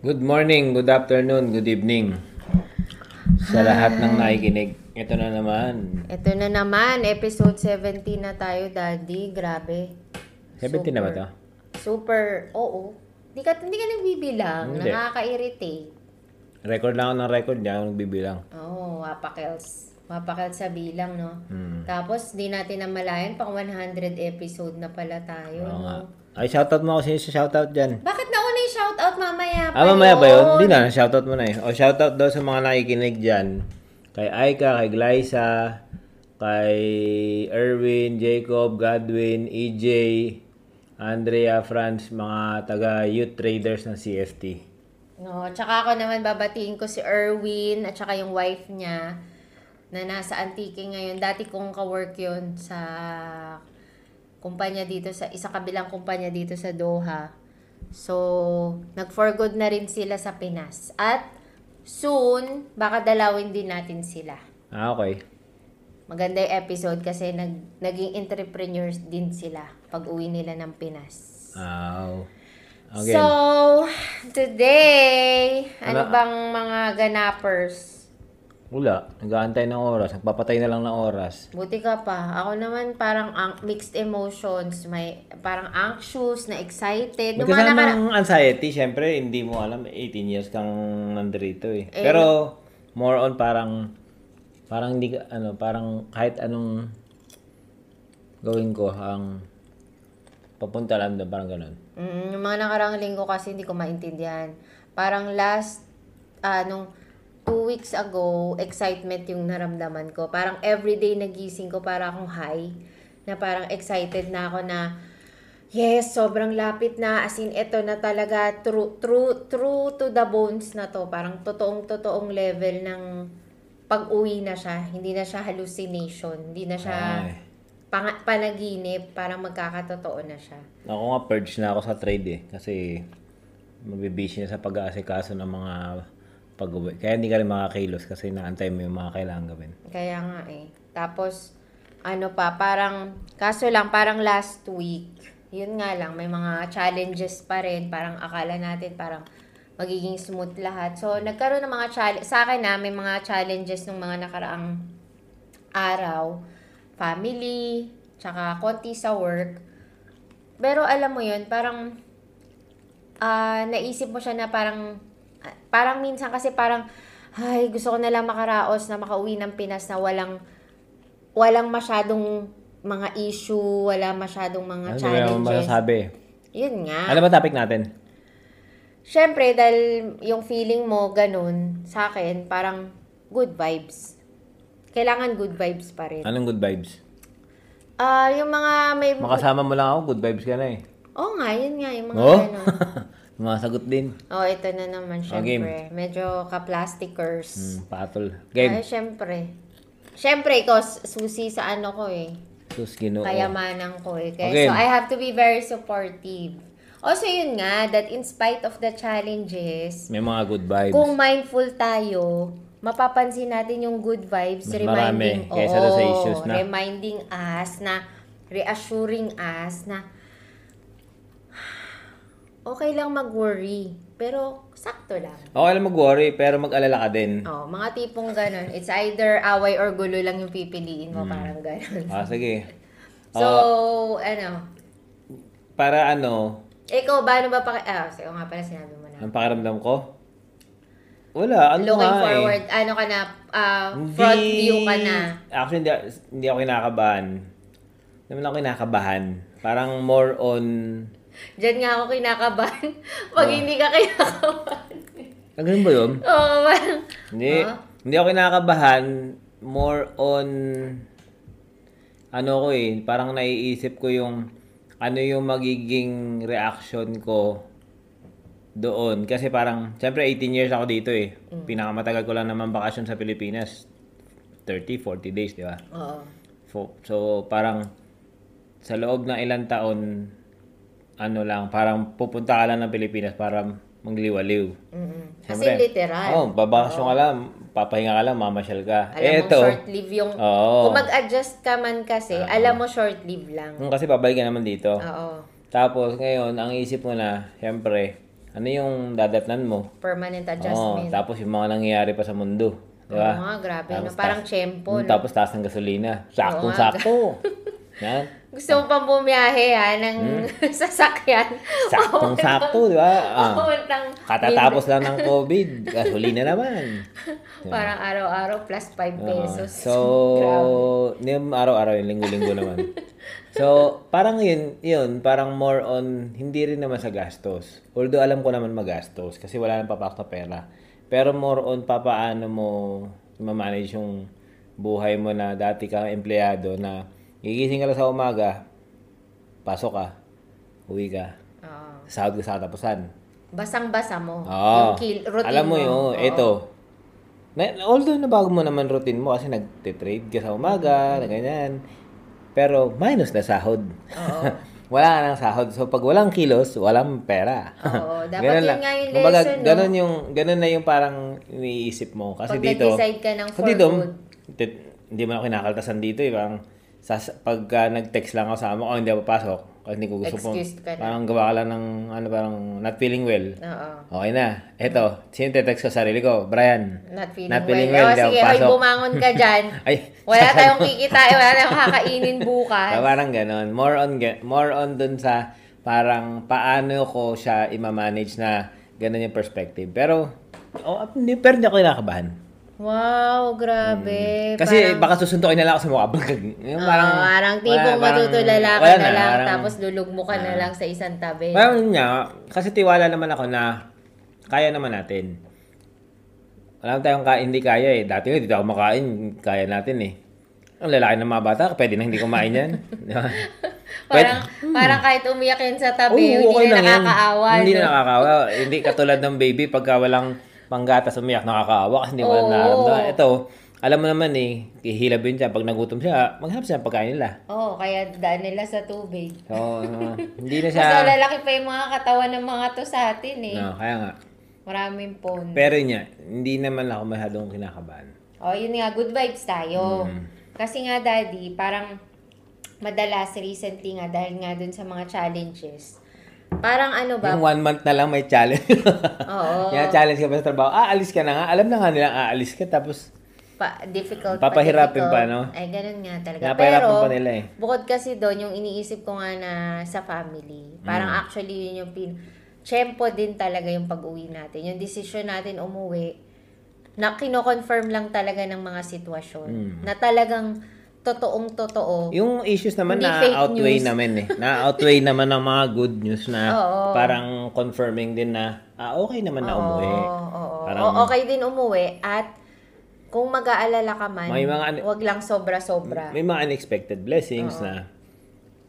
Good morning, good afternoon, good evening. Sa lahat ng nakikinig, ito na naman. Ito na naman, episode 17 na tayo, Daddy. Grabe. 17 na ba to? Super, oo. Hindi ka, hindi ka nagbibilang. Hindi. Nakaka-irritate. Record lang ako ng record, di ako nagbibilang. Oo, oh, mapakels. Mapakels sa bilang, no? Hmm. Tapos, di natin namalayan, pang 100 episode na pala tayo. Oo no? nga. Ay, shoutout mo ako. Sino sa shoutout dyan? Bakit nauna yung shoutout mamaya pa Ah, mamaya ba yun? Hindi na, shoutout mo na eh. O, shoutout daw sa mga nakikinig dyan. Kay Aika, kay Glyza, kay Erwin, Jacob, Godwin, EJ, Andrea, Franz, mga taga youth traders ng CFT. No, tsaka ako naman babatiin ko si Erwin at tsaka yung wife niya na nasa Antique ngayon. Dati kong kawork yun sa kumpanya dito sa isa kabilang kumpanya dito sa Doha. So, nag-for good na rin sila sa Pinas. At soon, baka dalawin din natin sila. Ah, okay. Maganda yung episode kasi nag, naging entrepreneurs din sila pag uwi nila ng Pinas. Ow. So, Again, today, Ala- ano bang mga ganapers? wala. Nag-aantay ng oras. Nagpapatay na lang ng oras. Buti ka pa. Ako naman parang ang- mixed emotions. May parang anxious, na excited. May Dumana ka na. kasamang anxiety, syempre, hindi mo alam, 18 years kang nandito eh. Pero, more on parang, parang hindi ka, ano, parang kahit anong gawin ko, ang papunta lang doon, parang ganun. Mm, yung mga nakarang linggo kasi hindi ko maintindihan. Parang last, anong, two weeks ago, excitement yung naramdaman ko. Parang everyday nagising ko, para akong high. Na parang excited na ako na, yes, sobrang lapit na. As in, eto na talaga, true, true, true to the bones na to. Parang totoong-totoong level ng pag-uwi na siya. Hindi na siya hallucination. Hindi na siya Ay. pang- panaginip. Parang magkakatotoo na siya. Ako nga, purge na ako sa trade eh. Kasi, mabibisi na sa pag-aasikaso ng mga pag-uwi. Kaya hindi ka rin makakilos kasi naantay mo yung mga kailangan gawin. Kaya nga eh. Tapos, ano pa, parang, kaso lang, parang last week, yun nga lang, may mga challenges pa rin. Parang akala natin, parang magiging smooth lahat. So, nagkaroon ng mga challenge. Sa akin na, may mga challenges ng mga nakaraang araw. Family, tsaka konti sa work. Pero alam mo yun, parang ah naisip mo siya na parang ah, parang minsan kasi parang ay gusto ko na lang makaraos na makauwi ng Pinas na walang walang masyadong mga issue, wala masyadong Ano mga ba yung challenges. Ah. masasabi? Yun nga. Ano ba topic natin? Siyempre, dahil yung feeling mo ganun sa akin, parang good vibes. Kailangan good vibes pa rin. Anong good vibes? Ah, yung mga may... Makasama mo lang ako, good vibes ka na eh. Oo nga, yun nga, yung mga Oo? ganun. Sumasagot din. Oh, ito na naman, syempre. Medyo ka-plasticers. Ah, Hmm, patol. Game. Ay, syempre. Syempre, ikaw, s- susi sa ano ko eh. Sus, ginoo. Kayamanan ko eh. Kaya, Okay. So, I have to be very supportive. Also, yun nga, that in spite of the challenges, May mga good vibes. kung mindful tayo, mapapansin natin yung good vibes, Mas marami reminding, kaysa doon sa issues na- reminding us na, reassuring us na, okay lang mag-worry, pero sakto lang. Okay lang mag-worry, pero mag-alala ka din. Oh, mga tipong ganun. It's either away or gulo lang yung pipiliin mo, parang ganun. Ah, sige. So, Oh, ano, para ano, ikaw ba, ano ba pa, ah, sige nga pala sinabi mo na. ang pakiramdam ko? Wala, ano Looking nga forward, eh. ano ka na, ah, Hindi- front view ka na. Actually, hindi, hindi ako kinakabahan. Hindi naman ako kinakabahan. Parang more on... Diyan nga ako kinakabahan. Pag hindi ka kinakabahan. Ah, ganun ba yun? Oo, oh, parang, Hindi. Hindi ako kinakabahan. More on... Ano ko eh. Parang naiisip ko yung... Ano yung magiging reaction ko doon. Kasi parang... Siyempre 18 years ako dito eh. Pinakamatagal ko lang naman bakasyon sa Pilipinas. 30, 40 days, di ba? oo. So, so parang sa loob ng ilang taon, ano lang, parang pupunta ka lang ng Pilipinas para mangliwaliw. mm Kasi Siyempre. literal. Oo, oh, babakasyon ka lang, papahinga ka lang, mamasyal ka. Alam eh, mo, ito, short-lived yung, Oo. kung mag-adjust ka man kasi, Ah. alam mo short-lived lang. mm, kasi babalik ka naman dito. Oo. Tapos ngayon, ang isip mo na, syempre, ano yung dadatnan mo? Permanent Oh, Oo, adjustment. tapos yung mga nangyayari pa sa mundo. Di ba? Oo nga, grabe, no? Tapos Parang taas- Mm, tiyempo, no? Tapos taas ng gasolina. Saktong-sakto. Yan. Gusto mo pang bumiyahe ha, ng Hmm? sasakyan. Saktong-sakto, di ba? Ah. Papuntang Katatapos lang ng COVID, gasolina naman. Parang araw-araw plus 5 Oo. pesos. Ah, so, Grabe. niyam araw-araw yun, linggo-linggo naman. so, parang yun, yun, parang more on, hindi rin naman sa gastos. Although alam ko naman magastos kasi wala nang papasok na pera. Pero more on papaano mo mamanage yung buhay mo na dati kang empleyado na gigising ka lang sa umaga, pasok ka, uwi ka, Oo. sahod ka sa katapusan. Basang-basa Oo. mo. Oh, Yung kill, Ah, routine Oh. Alam mo yun, Oo. ito. Na, although nabago mo naman routine mo kasi nagte-trade ka sa umaga, na ganyan. Pero minus na sahod. Oo. wala ka ng sahod. So pag walang kilos, walang pera. Oo, dapat Ganun yun lang. nga yung Kumbaga, lesson, no? Ganun, yung, ganun na yung parang iniisip mo. Kasi Pag dito, nag-decide ka ng kasi for dito, good. tit- hindi mo na ako kinakaltasan dito. Eh. Parang, sas, pagka nag-text lang ako sa amo, oh, hindi ako papasok. Kasi hindi ko gusto Excused ka na. Parang gawa ka lang ng, ano, parang not feeling well. Oo. Okay na. Eto, sino text ko sa sarili ko? Brian. Not feeling, Not feeling well. well, Oh, daw, sige, hoy, pasok. bumangon ka dyan. Ay, Wala tayong kikitain, wala tayong kakainin bukas. Ah, parang ganon. More on, ga- more on dun sa parang paano ko siya imamanage na ganon yung perspective. Pero, oh, ah, hindi, pero hindi ako kinakabahan. Wow, Hmm. grabe. Kasi Eh, parang, baka susuntukin na lang ako sa mukha. Yung Oo, parang, parang, tipong wala, parang- matutulala ka wala na lang, parang- Ah. tapos lulugmo ka na lang sa isang tabi. Parang yun nga, kasi tiwala naman ako na kaya naman natin. Alam tayong ka, hindi kaya eh. Dati nga, dito ako makain, kaya natin eh. Ang lalaki ng mga bata, pwede na hindi kumain yan. Di ba? Pwede- hmm. Parang, parang kahit umiyak yan sa Oo, tabi, hindi okay na lang yan. nakakaawa. Hindi na no? nakakaawa. hindi katulad ng baby, pagka walang panggatas umiyak, nakakaawa kasi hindi mo Oo. alam nararamdaman. Ito, alam mo naman eh, kihilab yun siya. Pag nagutom siya, maghanap siya ng pagkain nila. Oo, kaya daan nila sa tubig. So, uh, hindi na siya... Mas lalaki pa yung mga katawan ng mga to sa atin eh. No, kaya nga. Maraming pon. Pero yun nga, hindi naman ako masyadong kinakabahan. Oh, yun nga, good vibes tayo. Mm. Kasi nga, Daddy, parang madalas recently nga, dahil nga dun sa mga challenges, parang ano ba? Yung one month na lang may challenge. Oo. Yan, challenge ka pa sa trabaho. Ah, alis ka na nga. Alam na nga nila, aalis ka. Tapos, Pa, difficult. Papahirapin difficult. pa, no? Ay, ganun nga talaga. Napahirapan Pero, pa nila eh. bukod kasi doon, yung iniisip ko nga na sa family, parang Mm. actually yun yung pin... Tiyempo din talaga yung pag-uwi natin. Yung decision natin umuwi, na kino-confirm lang talaga ng mga sitwasyon. Mm. Na talagang totoong-totoo. yung issues naman Hindi na fake outweigh news. naman eh. Na outweigh naman ng mga good news na Oo. parang confirming din na, ah, okay naman na umuwi. Oo, oo. Parang- O, okay din umuwi at kung mag-aalala ka man, May mga ano- wag lang sobra-sobra. May mga unexpected blessings na.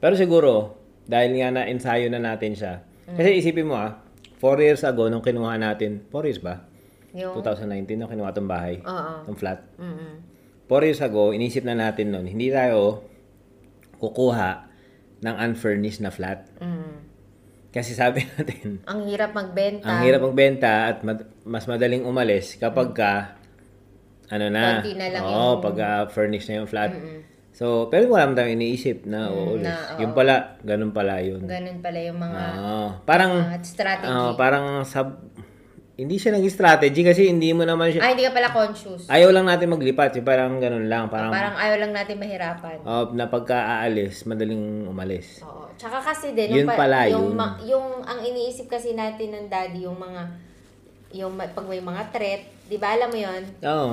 Pero siguro, dahil nga na ensayo na natin siya. Mm. Kasi isipin mo ah, 4 years ago nung kinuha natin, 4 years ba? Yung, 2019 nung kinuha tong bahay, oo. tong flat. Mm-mm. 4 years ago, inisip na natin nun, hindi tayo kukuha ng unfurnished na flat. Mm. Kasi sabi natin, Ang hirap magbenta. ang hirap magbenta at mad- mas madaling umalis kapag ka, ano na, Konti na lang oo, yung- pagka furnished na yung flat. So, pero wala naman tayong iniisip na uulis. Mm, na, oo. Yung pala, ganun pala yun. Ganun pala yung mga Oo. parang, uh, strategy. oo, parang sab- hindi siya naging strategy kasi hindi mo naman siya, ah, hindi ka pala conscious. ayaw lang natin maglipat. Yung parang ganun lang. Parang, Ah. Parang ayaw lang natin mahirapan. Oo, na pagka-aalis, madaling umalis. Oo. Tsaka kasi din, nung Yun pala yun. yung, ma- yung, ang iniisip kasi natin ng daddy, yung mga, yung ma- pag may mga threat, di ba alam mo yon Oo.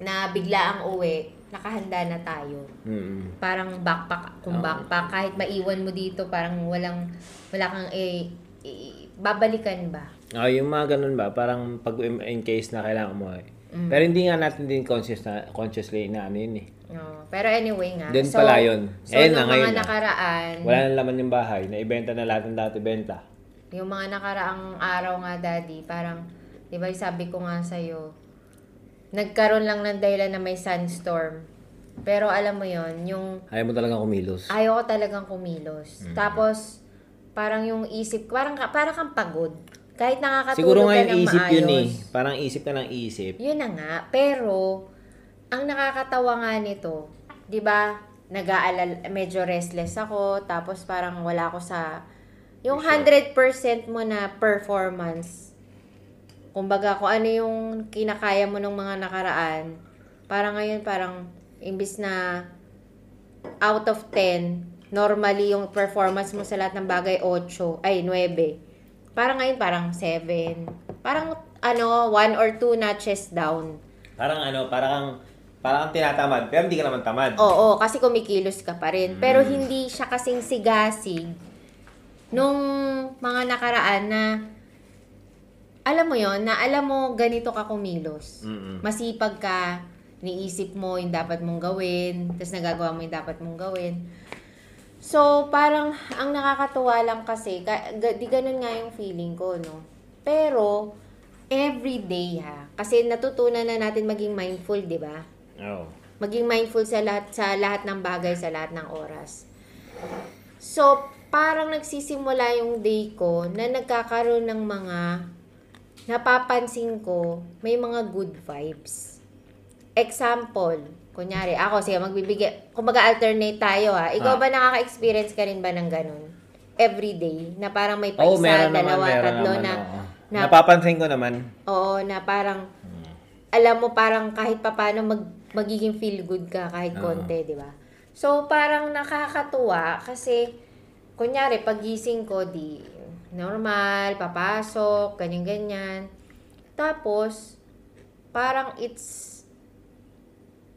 na bigla ang uwi, nakahanda na tayo. Mm-mm. Parang backpack, kung backpack, kahit maiwan mo dito, parang walang, wala kang, eh, eh, babalikan ba? Oh, yung mga ganun ba, parang pag in case na kailangan mo. eh. Mm. Pero hindi nga natin din conscious na, consciously na ano yun eh. Oo. Pero anyway nga. Doon pala yun. So, Ayun na, yung ngayon mga na. nakaraan, Wala na laman yung bahay, naibenta na lahat ng dati benta. Yung mga nakaraang araw nga, Daddy, parang, di ba sabi ko nga sa'yo, nagkaroon lang ng dahilan na may sandstorm. Pero alam mo yon yung Ayaw mo talaga kumilos. ayaw ko talagang kumilos. Mm. Tapos, parang yung isip, parang, ka- parang kang pagod. Kahit nakakatulog Siguro ka nga ng yung isip maayos. yun eh. Parang isip ka ng isip. Yun na nga, pero ang nakakatawa nga nito, 'di ba? Nag-aalala, medyo restless ako, tapos parang wala ako sa Yung Sure. 100% mo na performance, kumbaga kung ano yung kinakaya mo nung mga nakaraan, para ngayon parang imbis na out of 10, normally yung performance mo sa lahat ng bagay 8, ay 9. Parang ngayon parang 7. Parang ano, 1 or 2 notches down. Parang ano, parang parang kang tinatamad, pero hindi ka naman tamad. Oo, kasi kumikilos ka pa rin. Pero hindi siya kasing sigasig nung mga nakaraan na alam mo yon na alam mo ganito ka kumilos. Mm-mm. Masipag ka, niisip mo yung dapat mong gawin, tapos nagagawa mo yung dapat mong gawin. So, parang ang nakakatuwa lang kasi, ka, ga- di ganun nga yung feeling ko, no? Pero, everyday ha. Kasi natutunan na natin maging mindful, di ba? Oo. maging mindful sa lahat sa lahat ng bagay sa lahat ng oras. So, parang nagsisimula yung day ko na nagkakaroon ng mga napapansin ko may mga good vibes. Example, kunyari ako sige magbibigay, kumbaga alternate tayo ha. Ikaw Ah. ba nakaka-experience ka rin ba ng ganun? Every day na parang may paisa, Oo, meron naman, dalawa, meron tatlo naman. na, oo. na Napapansin ko naman. Mm. Oo, na parang alam mo parang kahit papaano mag magiging feel good ka kahit Oo. konti, 'di ba? So parang nakakatuwa kasi kunyari pagising ko di normal, papasok, ganyan ganyan. Tapos parang it's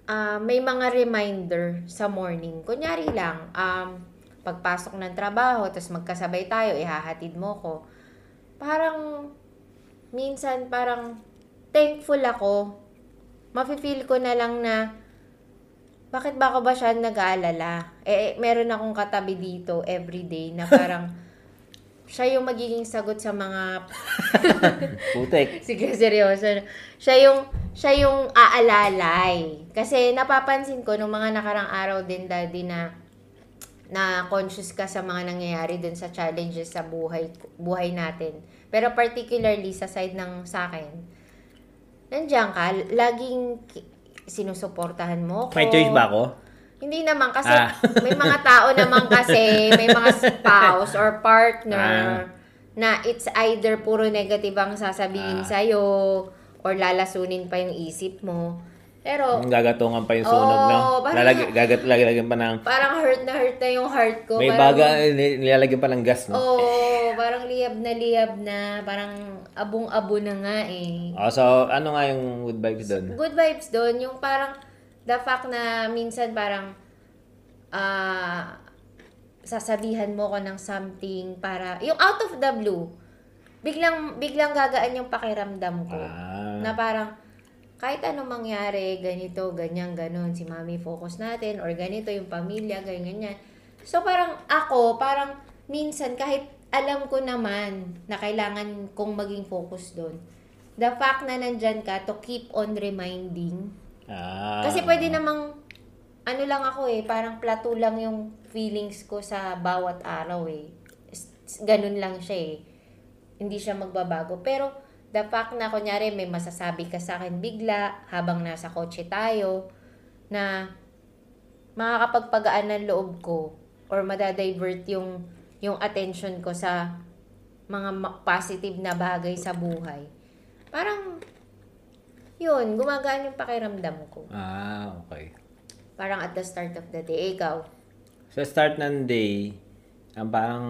ah, may mga reminder sa morning. Kunyari lang, um, pagpasok ng trabaho, tapos magkasabay tayo, ihahatid mo ko. Parang, minsan parang thankful ako. Mafe-feel ko na lang na, bakit ba ako ba siya nag-aalala? Eh, eh, meron akong katabi dito everyday na parang, siya yung magiging sagot sa mga Putek. Sige, seryoso. na. Siya yung, siya yung aalalay. Kasi napapansin ko nung mga nakarang araw din, Daddy, na na conscious ka sa mga nangyayari dun sa challenges sa buhay buhay natin. Pero particularly sa side ng sa akin, nandiyan ka, laging ki- sinusuportahan mo ko. May choice ba ako? Hindi naman kasi Ah. may mga tao naman kasi, may mga spouse or Ah. partner na it's either puro negative ang sasabihin Ah. sa'yo or lalasunin pa yung isip mo. Pero Ang gagatungan pa yung sunog, Oo, no? Oh. parang- Lalag, gagat, lalagyan pa ng... parang hurt na hurt na yung heart ko. Hmm. May parang, baga, eh, nilalagyan pa ng gas, no? Oo, parang liab na liab na, parang abong-abo na nga eh. Oh, so, ano nga yung good vibes doon? Good vibes doon, yung parang the fact na minsan parang ah sasabihan mo ko ng something para yung out of the blue. Biglang biglang gagaan yung pakiramdam ko. Ah. Na parang kahit ano mangyari, ganito, ganyan, ganon, si mami focus natin, or ganito yung pamilya, ganyan, ganyan. So parang ako, parang minsan kahit alam ko naman na kailangan kong maging focus doon, the fact na nandyan ka to keep on reminding. Ah. Kasi pwede namang, ano lang ako eh, parang plato lang yung feelings ko sa bawat araw eh. S- s- Ganun lang siya eh. Hindi siya magbabago. Pero, the fact na kunyari may masasabi ka sa akin bigla habang nasa kotse tayo na makakapagpagaan ng loob ko or madadivert yung yung attention ko sa mga ma- positive na bagay sa buhay. Parang yun, gumagaan yung pakiramdam ko. Ah, okay. Parang at the start of the day, ikaw. Sa start ng day, ang parang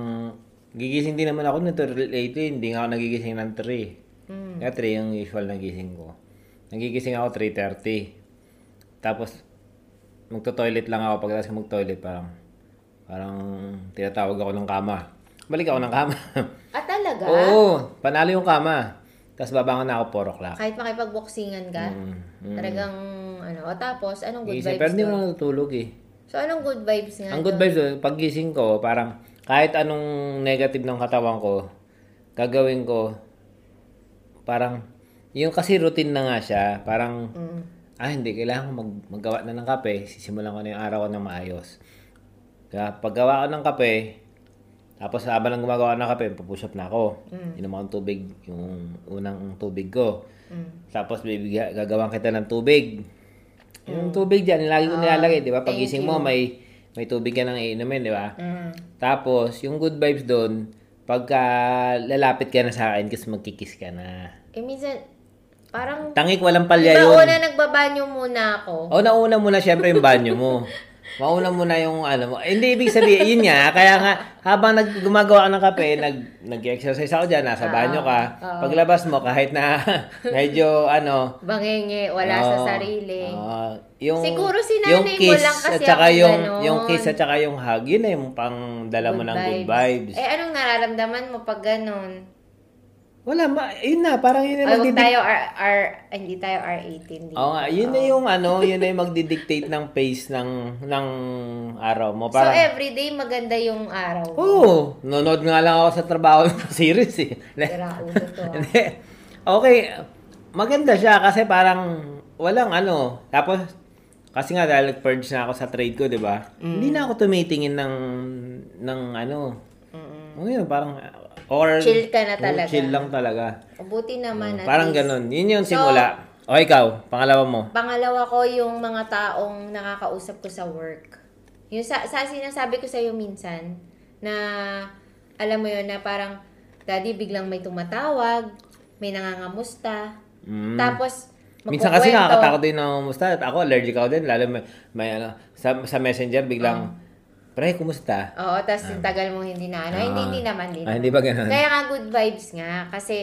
gigising din naman ako nito lately, hindi nga ako nagigising ng 3. Mm. Nga 3 yung usual na gising ko. Nagigising ako 3.30. Tapos, magto-toilet lang ako. Pagkatapos ko mag-toilet, parang, parang tinatawag ako ng kama. Balik ako ng kama. At Ah, talaga, Oo, panalo yung kama. Tapos babangon na ako 4 o'clock. kahit makipag-boxingan ka, Mm, mm. talagang ano, o tapos, anong good Gigising, vibes pero hindi doon? ako natutulog eh. So, anong good vibes nga? Ang good doon? vibes doon, pagising ko, parang kahit anong negative ng katawan ko, gagawin ko, parang, yung kasi routine na nga siya, parang, Mm. ah, hindi, kailangan ko mag, maggawa na ng kape, sisimulan ko na yung araw ko na maayos. Kaya paggawa ko ng kape, tapos habang nang gumagawa ng kape, pupush up na ako. Inom ako ng tubig, yung unang tubig ko. Mm. Tapos bibigyan, gagawan kita ng tubig. Yung tubig dyan, lagi ko nilalagay, di ba? thank Pagising mo, may may tubig ka nang iinumin, di ba? Mm. Tapos, yung good vibes doon, Pagka lalapit ka na sa akin, kasi magkikiss ka na. Eh, minsan, parang, Tangik, walang palya diba yun. una nagbabanyo muna O, ako? Oh, nauna muna syempre yung banyo mo. Mauna muna yung ano mo. Eh, Hindi ibig sabihin, yun nga. Kaya nga, habang nag, gumagawa ka ng kape, nag, nag-exercise ako dyan, nasa Oo, banyo ka. Ah, oo. Paglabas mo, kahit na medyo ano. Bangenge, wala sa oo, sarili. oo, yung, Siguro si nanay yung mo kiss, lang kasi at saka ako yung, ganon. yung kiss at saka yung hug, yun na yung pang dala mo ng good vibes. Eh, anong nararamdaman mo pag ganun? Wala, ma, yun na, parang yun na Ay, huwag magdidik- tayo R, R, hindi tayo R18. di Oo nga, yun na Oo. yung ano, yun na yung magdidictate ng pace ng ng araw mo. So, Parang, everyday maganda yung araw. Oo. Oh, nanonood nga lang ako sa trabaho ng series eh. Sira ulo to. ah. Hindi. okay, maganda siya kasi parang walang ano. Tapos, kasi nga dahil purge na ako sa trade ko, di ba? Mm. Hindi na ako tumitingin ng, ng ano. Mm-mm. Ano yun, parang, or... Chill ka na Oo, talaga. Chill lang talaga. Buti naman Oh, at parang least- ganun. Yun yung So, simula. o ikaw, pangalawa mo. Pangalawa ko yung mga taong nakakausap ko sa work. Yung sa, sa sinasabi ko sa'yo minsan, na alam mo yun, na parang, Daddy, biglang may tumatawag, may nangangamusta, Mm. tapos, Minsan kasi magkukwento. nakakatakot din ng musta. At ako, allergic ako din. Lalo may, may ano, sa, sa messenger, biglang, Mm. Pre, kumusta? Oo, tapos yung tagal mong hindi na ano. Ah. hindi, hindi naman, hindi Ah, naman. hindi ba ganun? Kaya nga good vibes nga. Kasi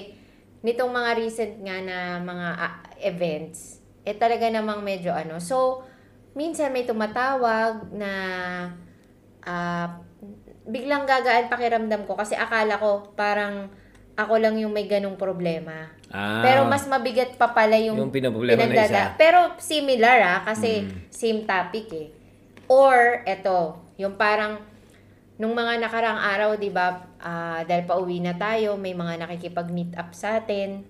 nitong mga recent nga na mga ah, events, eh talaga namang medyo ano. So, minsan may tumatawag na ah, biglang gagaan pakiramdam ko kasi akala ko parang ako lang yung may ganung problema. Ah, Pero mas mabigat pa pala yung, Yung pinoproblema na pinagdada- isa. Hmm. Pero similar ah, kasi same topic eh. Or, eto, yung parang, nung mga nakarang araw, di ba, ah, dahil pauwi na tayo, may mga nakikipag-meet up sa atin.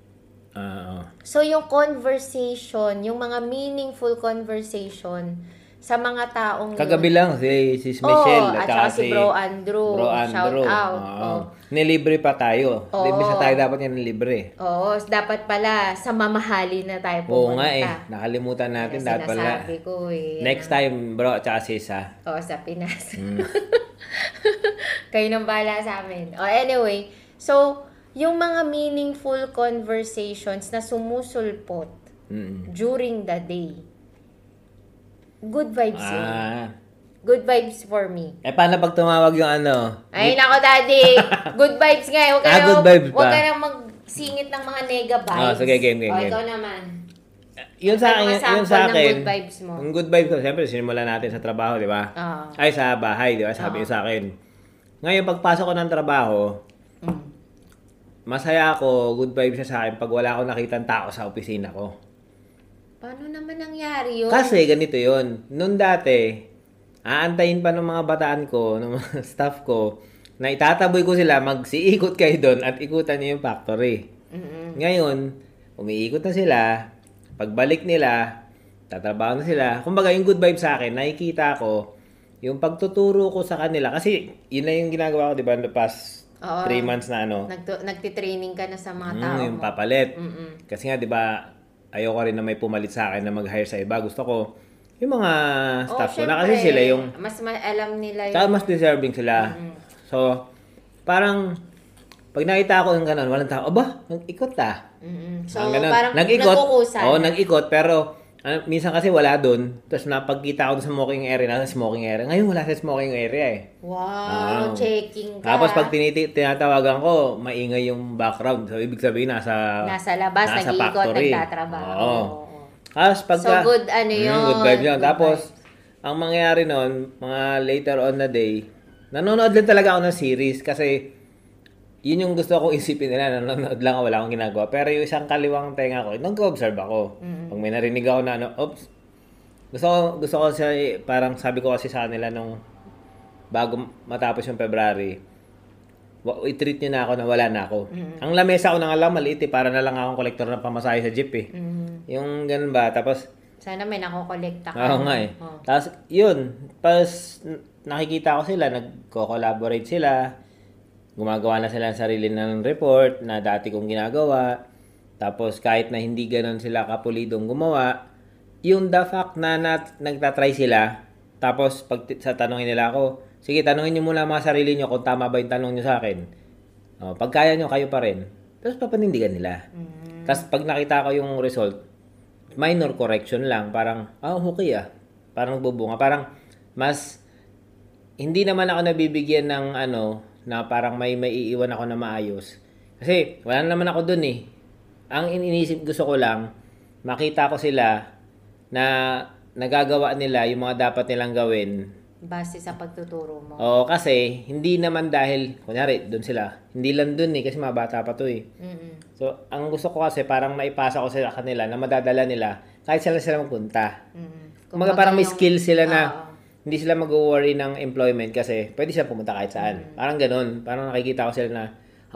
Ah, oo. So, yung conversation, yung mga meaningful conversation sa mga taong yun. kagabi lang si, si Oo, Michelle at saka si Bro Andrew. Bro Andrew. Shout out. Oo. Oo. Nilibre pa tayo. Oo. Libre sa tayo dapat yan nilibre. Oo, dapat pala sa mamahali na tayo pumunta. Oo nga eh. Nakalimutan natin Yung dapat pala. sinasabi ko eh. Next time, bro, tsaka si Isa. Oo, sa Pinas. Hmm. Kayo nang bahala sa amin. O, anyway. So, yung mga meaningful conversations na sumusulpot Mm. during the day. Good vibes yun. Ah. Good vibes for me. Eh, paano pag tumawag yung ano? Ay, nako, daddy. Good vibes nga. eh. Huwag ka Ah, na, good vibes huwag ba? ka na magsingit ng mga nega vibes. Ah, sige, game, game, O, game. ikaw naman. Yun sa Ano akin, mga yun sample sa ng akin. good vibes mo? Ang good vibes ko, siyempre, sinimulan natin sa trabaho, di ba? Ah. Ay, sa bahay, di ba? Sabi niyo sa akin. Ngayon, pagpasok ko ng trabaho, Mm. masaya ako, good vibes na sa akin pag wala akong nakitang tao sa opisina ko. Paano naman nangyari yun? Kasi ganito yon Noon dati, aantayin pa ng mga bataan ko, ng mga staff ko, na itataboy ko sila, magsiikot kayo doon at ikutan niyo yung factory. Mm-mm. Ngayon, umiikot na sila, pagbalik nila, tatrabaho na sila. Kumbaga, yung good vibe sa akin, nakikita ko, yung pagtuturo ko sa kanila, kasi yun na yung ginagawa ko, di ba, the past Oo. 3 months na ano, Nagtu- nagtitraining ka na sa mga Mm, tao yung mo. papalit. Mm-mm. Kasi nga, di ba, ayoko rin na may pumalit sa akin na mag-hire sa iba. Gusto ko, yung mga staff Oo, ko na syempre. kasi sila yung, Mas ma- alam nila yung... tsaka mas deserving sila. So, parang, pag nakita ko yung ganun, walang tao, aba, nag-ikot ah. Mm-mm. So, Ang ganun. parang nag-ikot. nagkukusan. Oo, nag-ikot. Pero, ano, minsan kasi wala doon. Tapos napagkita ko dun sa smoking area, nasa smoking area. Ngayon wala sa smoking area eh. wow, Wow. checking ka. Tapos pag tiniti- tinatawagan ko, maingay yung background. So, ibig sabihin nasa... Nasa labas, nasa nag-iikot, factory. nagtatrabaho. Oo. Tapos pagka... So, good ano yun. Mm, good vibe yun. Good Tapos, ang mangyayari noon, mga later on na day, nanonood lang talaga ako ng series kasi yun yung gusto kong isipin nila, nanonood lang ako, wala akong ginagawa. Pero yung isang kaliwang tenga ko, nag-observe ako. Mm-hmm. Pag may narinig ako na ano, oops, gusto ko, gusto ko siya, eh, parang sabi ko kasi sa kanila nung bago matapos yung February, wa- i-treat nyo na ako na wala na ako. Mm-hmm. Ang lamesa ko na nga lang, maliit eh, para na lang akong kolektor ng pamasahe sa jeep eh. Mm. Yung ganun ba, tapos Sana may nakokolekta ka. Oo nga eh. ano? Oo. Tapos, yun. Tapos, n- nakikita ko sila, nagko-collaborate sila. Gumagawa na sila ng sarili na ng report na dati kong ginagawa. Tapos, kahit na hindi ganun sila kapulidong gumawa, yung the fact na nat- nagtatry sila, tapos pag t- sa tanongin nila ako, sige, tanongin niyo muna mga sarili niyo kung tama ba yung tanong niyo sa akin. Oh, pag kaya nyo, kayo pa rin. Tapos papanindigan nila. Tapos pag nakita ko yung result, minor correction lang. Parang, ah, okay ah. Parang bubunga. Parang mas, hindi naman ako nabibigyan ng ano, na parang may maiiwan ako na maayos. Kasi wala naman ako dun eh. Ang iniisip gusto ko lang, makita ko sila na nagagawa nila yung mga dapat nilang gawin Base sa pagtuturo mo. Oo, kasi hindi naman dahil, kunyari, doon sila. Hindi lang doon eh, kasi mga bata pa to eh. Mm-mm. So, ang gusto ko kasi parang maipasa ko sa kanila na madadala nila kahit sila sila magpunta. Mm-mm. Kumbaga parang may yung- skill sila na Oo. hindi sila mag-worry ng employment kasi pwede sila pumunta kahit saan. Mm. Parang ganun. Parang nakikita ko sila na,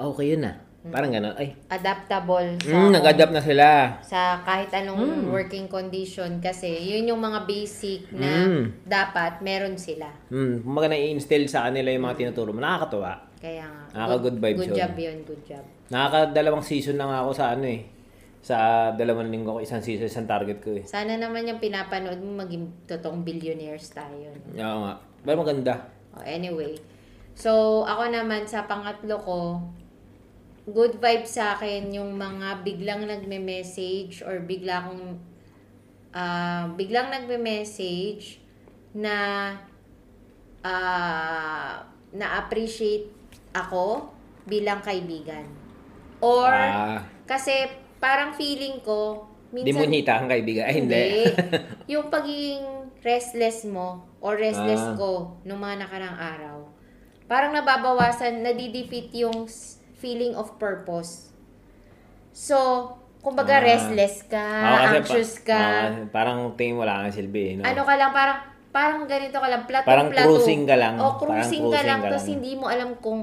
ah, okay yun ah. Parang ganun. Ay, adaptable Mm. sa, mm, nag-adapt na sila. sa kahit anong working condition kasi yun yung mga basic na Mm. dapat meron sila. Mm, kumbaga na-instill sa kanila yung mga Mm. tinuturo mo. Nakakatuwa. Kaya nga. Nakaka-good vibes Good yun. job yun, good job. Nakakadalawang season na nga ako sa ano eh. Sa dalawang linggo ko, isang season, isang target ko eh. Sana naman yung pinapanood mo maging totoong billionaires tayo. no? Oo nga. Pero maganda. Oh, anyway. So, ako naman sa pangatlo ko, good vibe sa akin yung mga biglang nagme-message or bigla akong ah, biglang nagme-message na ah, na-appreciate ako bilang kaibigan. Or, Ah, kasi parang feeling ko, di mo minsan nita ang kaibigan. Ay, hindi. yung pagiging restless mo or restless Ah. ko nung mga nakarang araw, parang nababawasan, nadidefeat yung s- feeling of purpose. So, Ah. kumbaga restless ka, Oo, kasi pa- anxious ka, oo, kasi parang tingin mo lang ang silbi. eh, No? ano ka lang, parang parang ganito ka lang, plato Parang cruising ka lang. O, Parang cruising ka cruising lang, ka tapos lang. hindi mo alam kung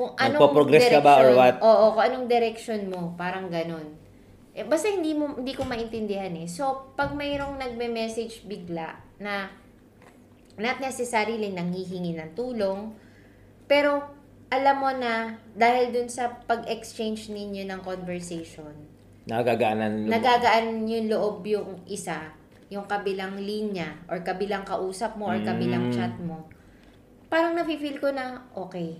kung anong Nagpo-progress ka ba or direction- what? Oo, kung anong direction mo, parang ganun. Eh, basta hindi mo hindi ko maintindihan eh. So, pag mayroong nagme-message bigla na not necessarily nanghihingi ng tulong, pero alam mo na dahil dun sa pag-exchange ninyo ng conversation, Nagagaanan. lum- nagagaan yung loob yung isa, yung kabilang linya, or kabilang kausap mo, or kabilang Mm. chat mo, parang nafe-feel ko na, okay,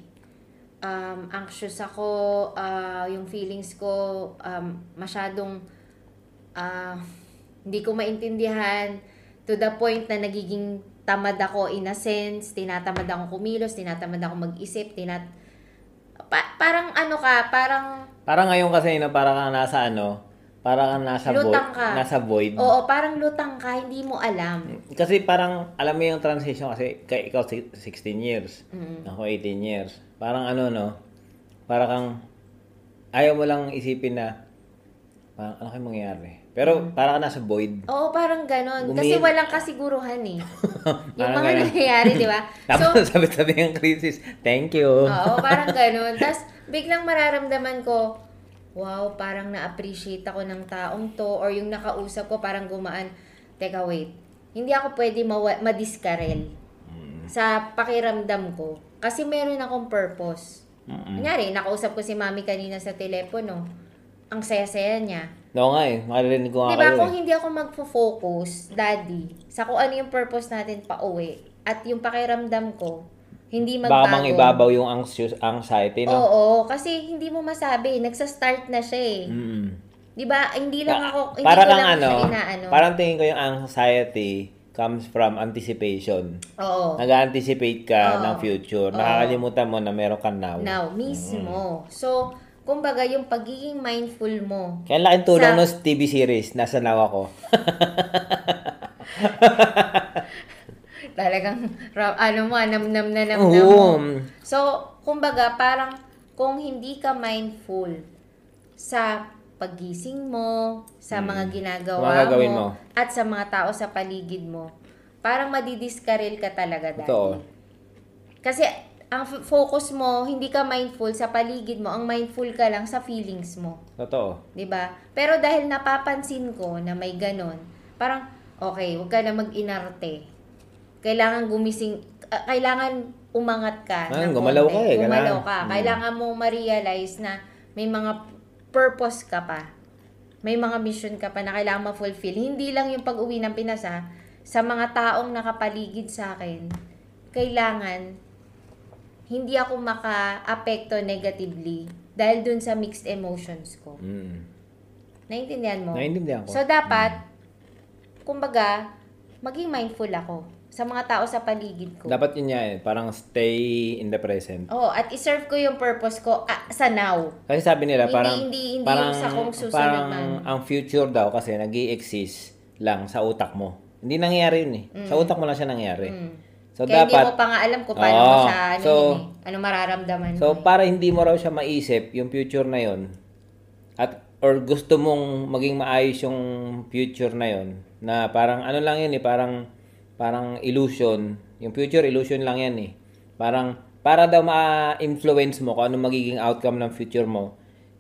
um, anxious ako, ah, yung feelings ko, um, masyadong, ah, hindi ko maintindihan, to the point na nagiging tamad ako in a sense, tinatamad ako kumilos, tinatamad ako mag-isip, tinat... Pa- parang ano ka, parang Parang ngayon kasi na parang kang nasa ano, parang kang nasa void. Lutang ka. Nasa void. Oo, parang lutang ka, hindi mo alam. Kasi parang, alam mo yung transition kasi, kay ikaw si- 16 years, Mm. ako 18 years. Parang ano no, parang kang, ayaw mo lang isipin na, parang ano kayo mangyayari. Pero Mm. parang ka nasa void. Oo, parang ganon. Kasi Gumi- walang kasiguruhan eh. Yung Parang mga ganon. nangyayari, di ba? So, Tapos sabi-sabi yung crisis, thank you. oo, parang ganon. Tapos, biglang mararamdaman ko, wow, parang na-appreciate ako ng taong to or yung nakausap ko parang gumaan. Teka, wait. Hindi ako pwede mawa- madiskarel sa pakiramdam ko. Kasi meron akong purpose. Mm-mm. Kunyari, nakausap ko si mami kanina sa telepono. Ang saya-saya niya. Oo nga eh, makarinig ko nga Diba, kayo kung eh. hindi ako magfo-focus, daddy, sa kung ano yung purpose natin pa uwi, at yung pakiramdam ko, hindi Baka mang magbago. ibabaw yung anxious, anxiety, no? Oo, kasi hindi mo masabi, nagsa-start na siya eh. Mm. Di ba, hindi lang ako, hindi Ah, para ko kang lang ano, siya inaano. parang tingin ko yung anxiety comes from anticipation. Oo, Nag-anticipate ka Oo. ng future. Oo. Nakakalimutan mo na meron ka now. Hmm. now, mismo. So, kumbaga, yung pagiging mindful mo, Kaya laking tulong Sa- ng TV series, nasa now ako. talagang, ra- ano mo, ah, namnam na namnam mo. Oo. So, kumbaga, parang kung hindi ka mindful sa pagising mo, sa mga Hmm. Mga ginagawa gagawin mo. mo, at sa mga tao sa paligid mo, parang madidiskaril ka talaga dati. Totoo. Kasi ang f- focus mo, hindi ka mindful sa paligid mo, ang mindful ka lang sa feelings mo. Totoo. 'di ba? Diba? Pero dahil napapansin ko na may ganon, parang okay, huwag ka na mag-inarte. Kailangan gumising, ah, kailangan umangat ka. Ah, ng gumalaw konti. ka eh, Gumalaw kailangan. ka. Mm. Kailangan mo ma-realize na may mga purpose ka pa. May mga mission ka pa na kailangan ma-fulfill. Hindi lang yung pag-uwi ng Pinas ah. Sa mga taong nakapaligid sa akin, kailangan hindi ako maka-apekto negatively dahil dun sa mixed emotions ko. Mm. Naintindihan mo? Naintindihan ko. So, dapat, kumbaga, maging mindful ako sa mga tao sa paligid ko. Dapat yun yan, parang stay in the present. Oo, at iserve ko yung purpose ko ah, sa now. Kasi sabi nila, Hindi- parang, hindi- hindi parang, yung sa kung susunod parang man. ang future daw kasi nag exist lang sa utak mo. Hindi nangyayari yun eh. Sa utak mo lang siya nangyayari. Mm. So, Kaya dapat, hindi mo pa nga alam kung paano mo Oo. siya, ano, So- yun eh, ano mararamdaman so mo. eh. para hindi mo raw siya maisip, yung future na yun, at or gusto mong maging maayos yung future na yun, na parang ano lang yun eh, parang, parang illusion. Yung future, illusion lang yan eh. Parang, para daw ma-influence mo kung ano magiging outcome ng future mo,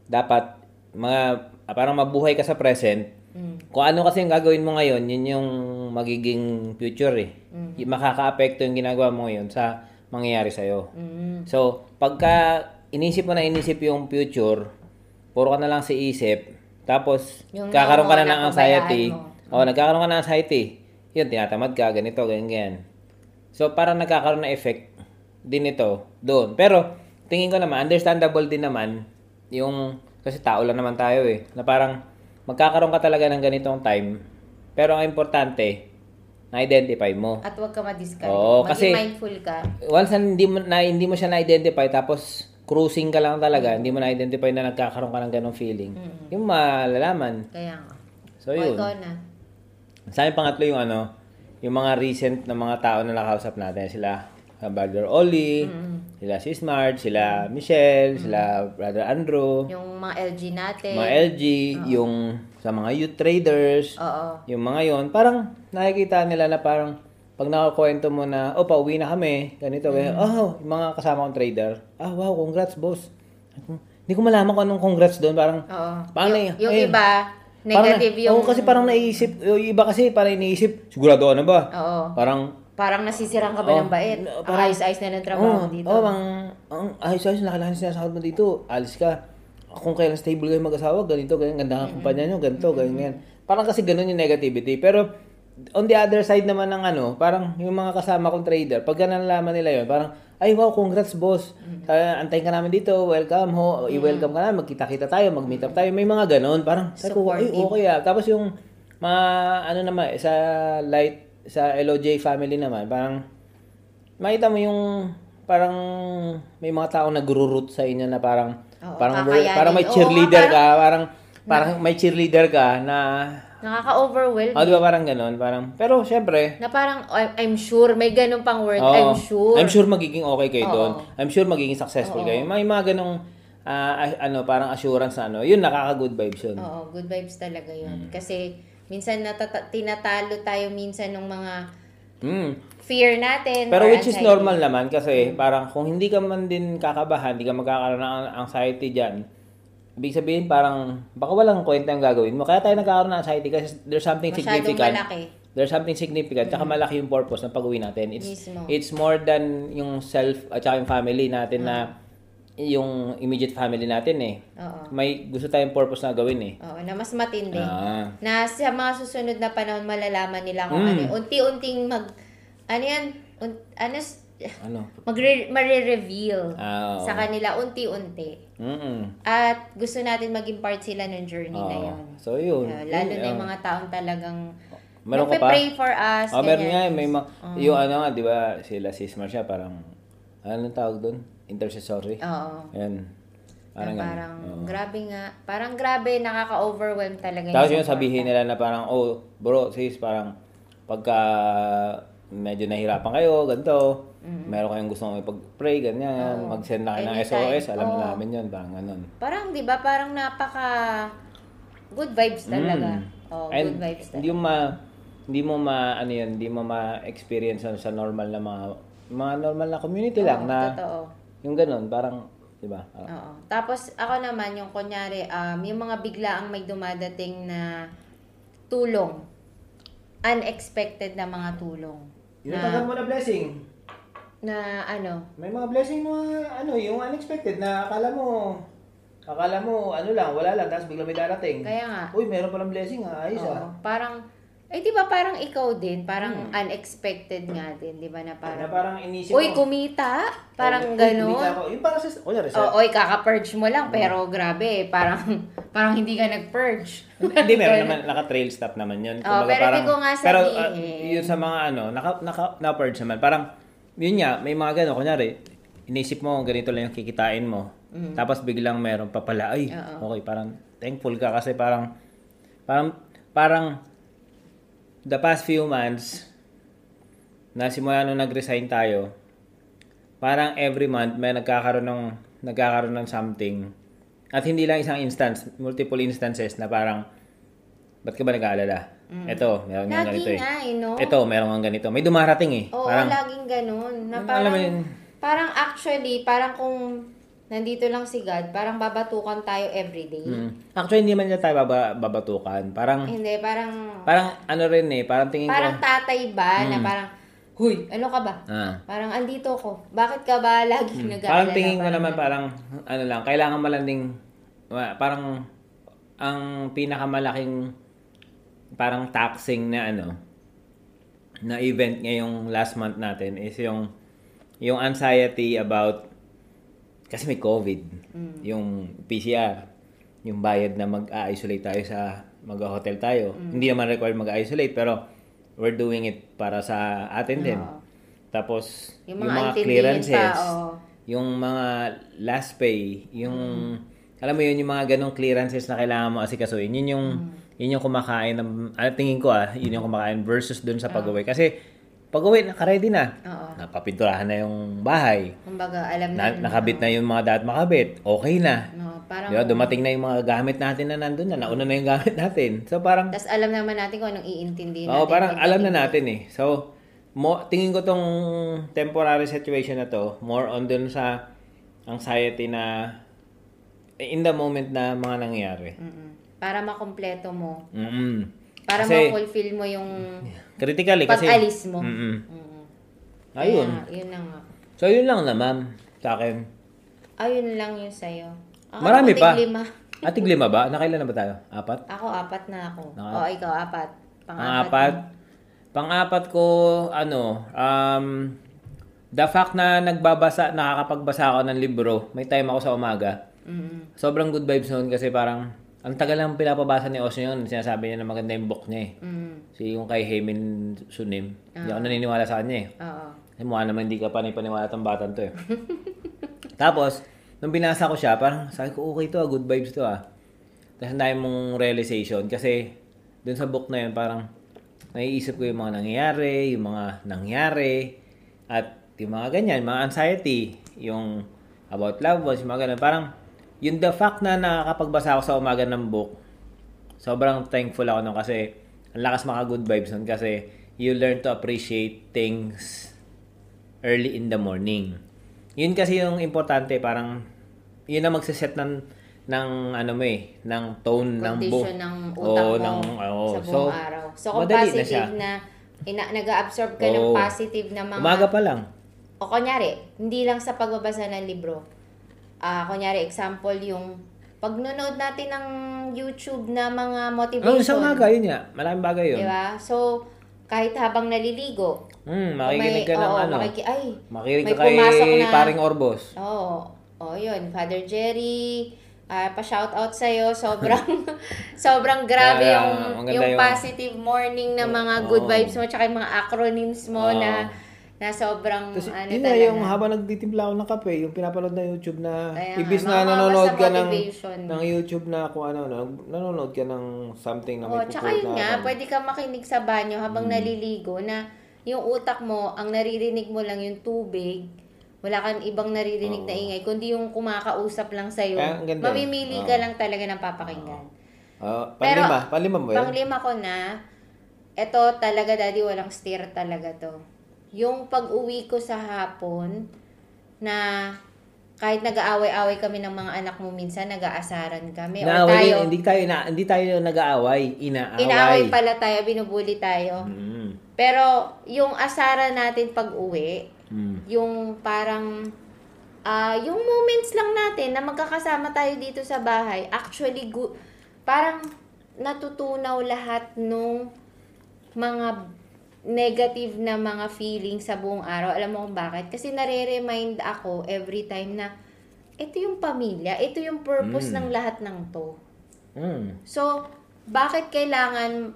dapat, mga, parang mabuhay ka sa present, Mm. kung ano kasi yung gagawin mo ngayon, yun yung magiging future eh. Yung Makaka-apekto yung ginagawa mo ngayon sa mangyayari sa'yo. Mm. So, pagka inisip mo na inisip yung future, puro ka na lang sa isip, tapos Yung kakaroon ka na nawawala, ng anxiety. pabayaan O, nagkakaroon ka ng anxiety. Yun, tinatamad ka, ganito, ganyan, ganyan. So, parang nagkakaroon ng effect din ito doon. Pero, tingin ko naman, understandable din naman yung, kasi tao lang naman tayo eh, na parang magkakaroon ka talaga ng ganitong time. Pero ang importante, na-identify mo At huwag ka ma-discard. Oo, Maging kasi- mindful ka. once na hindi mo na hindi mo siya na-identify tapos cruising ka lang talaga, hindi mo na-identify na nagkakaroon ka ng ganong feeling. Yung malalaman. Kaya nga. So O, yun. ikaw na. Sa akin pangatlo yung ano, yung mga recent na mga tao na nakausap natin, sila Brother Oli, sila si Smart, sila Michelle, sila Brother Andrew, Yung mga LG natin. mga LG, yung sa mga youth traders, Oo. yung mga yon parang nakikita nila na parang pag nakakwento mo na, oh, pauwi na kami, ganito, ganyan. Mm. Oh, yung mga kasama kong trader, ah, wow, congrats, boss. Hindi ko malaman kung anong congrats doon, parang, Oo. Paano yung, yun? yung Ayun. iba, parang na- negative yung... Oo, kasi parang naisip, yung iba kasi parang iniisip, sigurado ka na ba? Oo. Parang, Parang nasisirang ka ba ng bait? no, Ang ayos-ayos na ng oh, trabaho dito. oh, ang, ang ayos-ayos, nakalaki na sinasakot mo dito, alis ka. Kung kailan stable kayo mag-asawa, ganito, ganyan, ganda ka kumpanya nyo, ganito, ganyan, ganyan. Parang kasi ganun yung negativity. Pero, on the other side naman ng ano, parang yung mga kasama kong trader, pagka nalaman nila yun, parang, ay wow, congrats boss. Ah, antayin ka namin dito, welcome ho, i-welcome ka namin, magkita-kita tayo, mag-meet up tayo. May mga ganun, parang, sabi ko, ay Supportive. okay ah. Tapos yung, mga, ano naman, sa light, sa LOJ family naman, parang, makita mo yung parang may mga tao nagro-root sa inyo na parang Oo, parang we're- kakayanin. parang may Oo, cheerleader nga, ka, parang parang may cheerleader ka na Nakaka-overwhelm. oh, di ba parang ganun, parang pero syempre na parang, "Oh, I'm sure, may ganun pang word, oo, I'm sure. I'm sure magiging okay kayo Oo. doon. I'm sure magiging successful kayo. May mga ganung ah, ah, ano parang assurance na ano. Yun nakaka-good vibes yun. Oo, good vibes talaga Mm. yun. Kasi, minsan natata- tinatalo tayo minsan ng mga Mm. fear natin. Pero or which is anxiety. normal naman kasi parang kung hindi ka man din kakabahan, hindi ka magkakaroon ng anxiety dyan, ibig sabihin parang baka walang kwenta yung gagawin mo. Kaya tayo nagkakaroon ng anxiety kasi there's something Masyadong significant. malaki. Mm-hmm. There's something significant. Tsaka malaki yung purpose ng pag-uwi natin. It's, Mismo. it's more than yung self at saka yung family natin Ah. na yung immediate family natin eh. Oo. May gusto tayong purpose na gawin eh. Oo, na mas matindi. Ah. na sa mga susunod na panahon malalaman Mm. nila kung ano. yun. Unti-unting mag, ano yan, Un- ano, s- Ano? magre, reveal Ah, oo. sa kanila unti-unti. Mm-mm. At gusto natin maging part sila ng journey na Oo. yun. So yun. Uh, lalo Yun, na yung ah. mga taong talagang Meron ka pa? nagpe-pray for us. Ah, meron nga eh. ganyan. May ma- Oh. yung ano nga, di ba, sila sis Marcia, parang, ano tawag doon? Intercessory. Oo. Ayan. Parang, Oh. Parang, ganun. parang grabe nga. Parang grabe, nakaka-overwhelm talaga. Tapos yung yung sabihin nila na parang, oh, bro, sis, parang, pagka medyo nahirapan kayo, ganito, meron kayong gusto mong ipag-pray, ganyan, mag-send na kayo ng Anytime. SOS, alam Oo. namin yun, parang ganun. Parang, di ba, parang napaka good vibes talaga. Oh, Mm. Hmm. good And vibes talaga. hindi mo ma hindi mo ma ano yun, hindi mo ma-experience yun sa normal na mga mga normal na community lang na Totoo. Yung ganun, parang, di ba? Ah, Oo. Tapos ako naman, yung kunyari, um, yung mga biglaang may dumadating na tulong. Unexpected na mga tulong. Tinatagan mo na blessing. Na ano, May mga blessing na ano, yung unexpected na akala mo, akala mo, ano lang, wala lang, tapos bigla may darating. kaya nga, Uy, meron palang blessing ha, ayos oo, ah. parang Eh, di ba parang ikaw din, parang unexpected nga din, di ba Na na parang, Hmm. parang inisip uy, ko, kumita? "Uy, Parang kumita Hmm. gano'n. ako." Yung parang sa, kunyari sa, Oo, oy, kaka-purge mo lang, pero grabe, parang parang hindi ka nag-purge. Hindi, meron naman, naka-trail stop naman yun. Oh, Kumbaga pero parang- ibig ko nga Pero sabihin. ah, yun sa mga ano, naka, naka, na-purge naman. Parang, yun nga, may mga gano'n. Kunyari, inisip mo, ganito lang yung kikitain mo. Tapos biglang meron pa pala. Ay, Mm-hmm. Oo. okay, parang thankful ka kasi parang, parang, parang, the past few months, na simula nung nag-resign tayo, parang every month may nagkakaroon ng nagkakaroon ng something. At hindi lang isang instance, multiple instances na parang ba't ka ba nag-aalala? Ito, meron nga Mm. Lagi ganito eh. nga, eh, no? Ito, meron nga ganito. May dumarating eh. Oo, parang laging ganun. Na Yung parang, alam mo yun. parang actually, parang kung nandito lang si God, parang babatukan tayo everyday. Mm. actually hindi man niya tayo baba, babatukan. Parang Hindi, parang, parang ano rin eh, Hmm. parang Hmm. tingin parang ko tatay ba na parang, Huy, ano ka ba? ah. Parang andito ko. Bakit ka ba laging Hmm. nag-aalala? Parang tingin ko Parang naman ganun. parang ano lang, kailangan mo lang ding wa- parang ang pinakamalaking parang taxing na ano na event ngayong last month natin is yung yung anxiety about kasi may COVID, Mm. yung PCR, yung bayad na mag-isolate tayo sa mag-hotel tayo. Mm. Hindi naman required mag-isolate pero we're doing it para sa atin din. Oo. Tapos yung Yung mga mga, intindihin clearances, pa, oo. yung mga last pay, yung alam mo yun yung mga ganong clearances na kailangan mo asikasuhin. Yun yung yun yung kumakain ng ah, tingin ko ah, yun yung kumakain versus dun sa pag-uwi kasi pag-uwi naka-ready na. Oo. Nakapinturahan na yung bahay. Kumbaga, alam Na, nakabit na yung mga dapat makabit. Okay na. No, parang, Di ba? Dumating na yung mga gamit natin na nandun na. Nauna na yung gamit natin. So parang tas alam naman natin kung anong iintindihin Oo, natin. parang alam na natin eh. So, mo, tingin ko tong temporary situation na to, more on dun sa anxiety na in the moment na mga nangyayari. Mm-mm. Para makompleto mo. Mm-mm. Para Kasi- ma-fulfill mo yung Critically kasi... pag-alis mo. Mm-mm. Mm-mm. Ayun. Kaya, yun na nga. So, yun lang na, ma'am. Sa akin. Ayun lang yun sa'yo. Ako, Marami tig pa. Lima. Atig lima ba? Nakailan na ba tayo? Apat? Ako, apat na ako. Naka- Oo, ikaw, apat. Pang-apat. na. Pang-apat ko, ano, um, the fact na nagbabasa, nakakapagbasa ako ng libro, may time ako sa umaga. Mm-mm. sobrang good vibes noon kasi parang ang tagal lang pinapabasa ni Oz yun. Sinasabi niya na maganda yung book niya eh. Mm-mm. Si yung kay Hemin Sunim. Hindi ako naniniwala sa kanya eh. Oo. Kasi mukha naman hindi ka panipaniwala tong batang to eh. Tapos, nung binasa ko siya, parang sabi ko, okay to ah, good vibes to ah. Tapos ang dami mong realization kasi dun sa book na yun, parang naiisip ko yung mga nangyayari, yung mga nangyari, at yung mga ganyan, mga anxiety, yung about love ones, yung mga ganun. Parang, yung the fact na nakakapagbasa ako sa umaga ng book, sobrang thankful ako nun kasi ang lakas maka good vibes nun kasi you learn to appreciate things early in the morning. Yun kasi yung importante, parang yun ang magsaset ng ng ano mo eh, ng tone ng book. Condition ng utak Oo, mo ng, oo. sa buong so, araw. So, kung madali na siya. positive na, ina, nag-absorb ka ng Oo. positive na mga... Umaga pa lang. O kunyari, hindi lang sa pagbabasa ng libro. Ah, kunyari, example yung pagnunood natin ng YouTube na mga motivation. Ano sa umaga, yun nga. Maraming bagay yun. Di ba? So, kahit habang naliligo, Hmm, makikinig ka may- ng oo, ano. makiki- ay, Makikinig may ka kay pumasok na- paring Orbos. Oo. Oh, yun, Father Jerry, ah pa-shout out sa Sobrang sobrang grabe Kaya, yung, maganda yung, yung- positive morning na mga Oo. good vibes mo tsaka yung mga acronyms mo Oo. na na sobrang Tapos, ano yun na talaga. yung habang nagtitimpla ako ng kape, yung pinapanood na YouTube na, Kaya nga, ibis na mga nanonood basta ka ng, motivation. ng YouTube na kung ano, nag- nanonood ka ng something na Oh, may tsaka pupulot yun na nga, ano. pwede ka makinig sa banyo habang Mm. naliligo na yung utak mo, ang naririnig mo lang yung tubig, wala kang ibang naririnig na ingay, kundi yung kumakausap lang sa'yo. Kaya ang ganda eh. Mamimili ka lang talaga ng papakinggan. Ah, Pero- panlima, panlima mo yun? Panglima ko na, eto talaga daddy, walang steer talaga to. Yung pag-uwi ko sa hapon, na kahit nag-aaway-aaway kami ng mga anak mo minsan, nag-aasaran kami. or Naaway tayo, yun, hindi tayo, ina, hindi tayo nag-aaway, inaaway. inaaway pala tayo, binubuli tayo. Mm. Pero yung asaran natin pag uwi, Mm. yung parang ah yung moments lang natin na magkakasama tayo dito sa bahay, actually gu- parang natutunaw lahat nung mga negative na mga feelings sa buong araw. Alam mo kung bakit? Kasi nare-remind ako every time na ito yung pamilya, ito yung purpose Mm. ng lahat ng to. Mm. So, bakit kailangan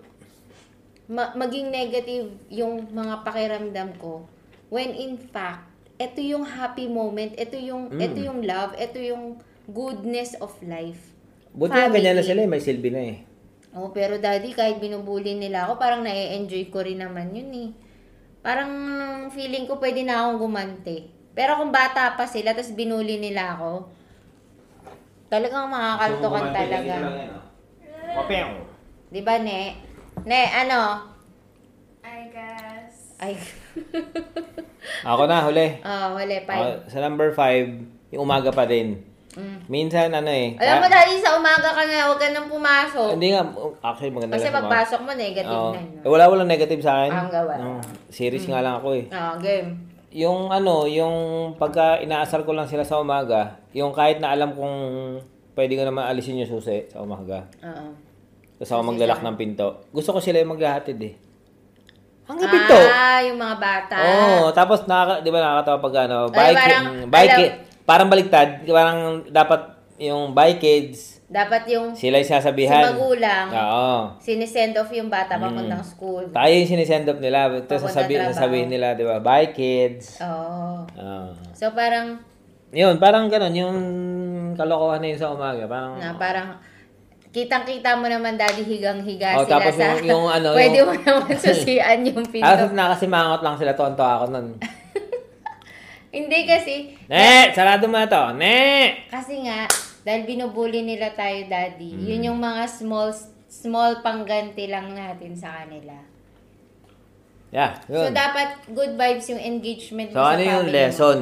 ma- maging negative yung mga pakiramdam ko when in fact, ito yung happy moment, ito yung Mm. ito yung love, ito yung goodness of life. Buti nga ganyan na Family. sila eh, may silbi na eh. Oh, pero daddy, kahit binubully nila ako, parang na-enjoy ko rin naman yun eh. Parang feeling ko pwede na akong gumante. Pero kung bata pa sila, tapos binuli nila ako, talagang makakaltukan talaga. Di ba, Ne? Ne, ano? I guess. Ay, Ako na, huli. oh, wala pa. Ako, sa number five, yung umaga pa rin. Mm. Minsan, ano eh. Alam mo, ah, dahil sa umaga ka na, huwag ka nang pumasok. Hindi nga, oh, actually maganda lang Kasi sa mga- pagpasok mo, negative Oo. na. Eh, wala walang negative sa akin. Ang gawa. Hmm. Oo. Series nga lang ako eh. Oo, Ah, game. Yung ano, yung pagka inaasar ko lang sila sa umaga, yung kahit na alam kong pwede ko naman alisin yung susi sa umaga. Oo. Tapos ako Susi maglalak saan? ng pinto. Gusto ko sila yung maghahatid eh. Hanggang pinto. Ah, yung mga bata. Oo, tapos nakaka, 'di ba nakakatawa pag ano, Ah. Ay, bike, parang, bike, alam- kid- parang baliktad, parang dapat yung bike kids, Dapat yung sila yung sasabihan. Si magulang. Oo. sinisend off yung bata papuntang school. Ah. Mm. Tayo yung sinisend up nila. Ito Papunta sasabi, trabaho. sasabihin nila, di ba? Bye, kids. Oh. Oo. Ah. So parang, yun, parang ganun. Yung kalokohan na yun sa umaga. Parang, na parang, kitang-kita mo naman daddy higang-higa Oh, sila tapos sa... yung- yung ano, pwede yung- Ah, mo naman susian yung alas pinto. na kasi mangot lang sila. Tonto ako nun. Hindi kasi, Ne! Sarado mo na to. Ne! kasi nga, dahil binubuli nila tayo daddy, Mm. yun yung mga small small pangganti lang natin sa kanila. Yeah, So yun. So, dapat good vibes yung engagement mo sa ano yung family mo. lesson?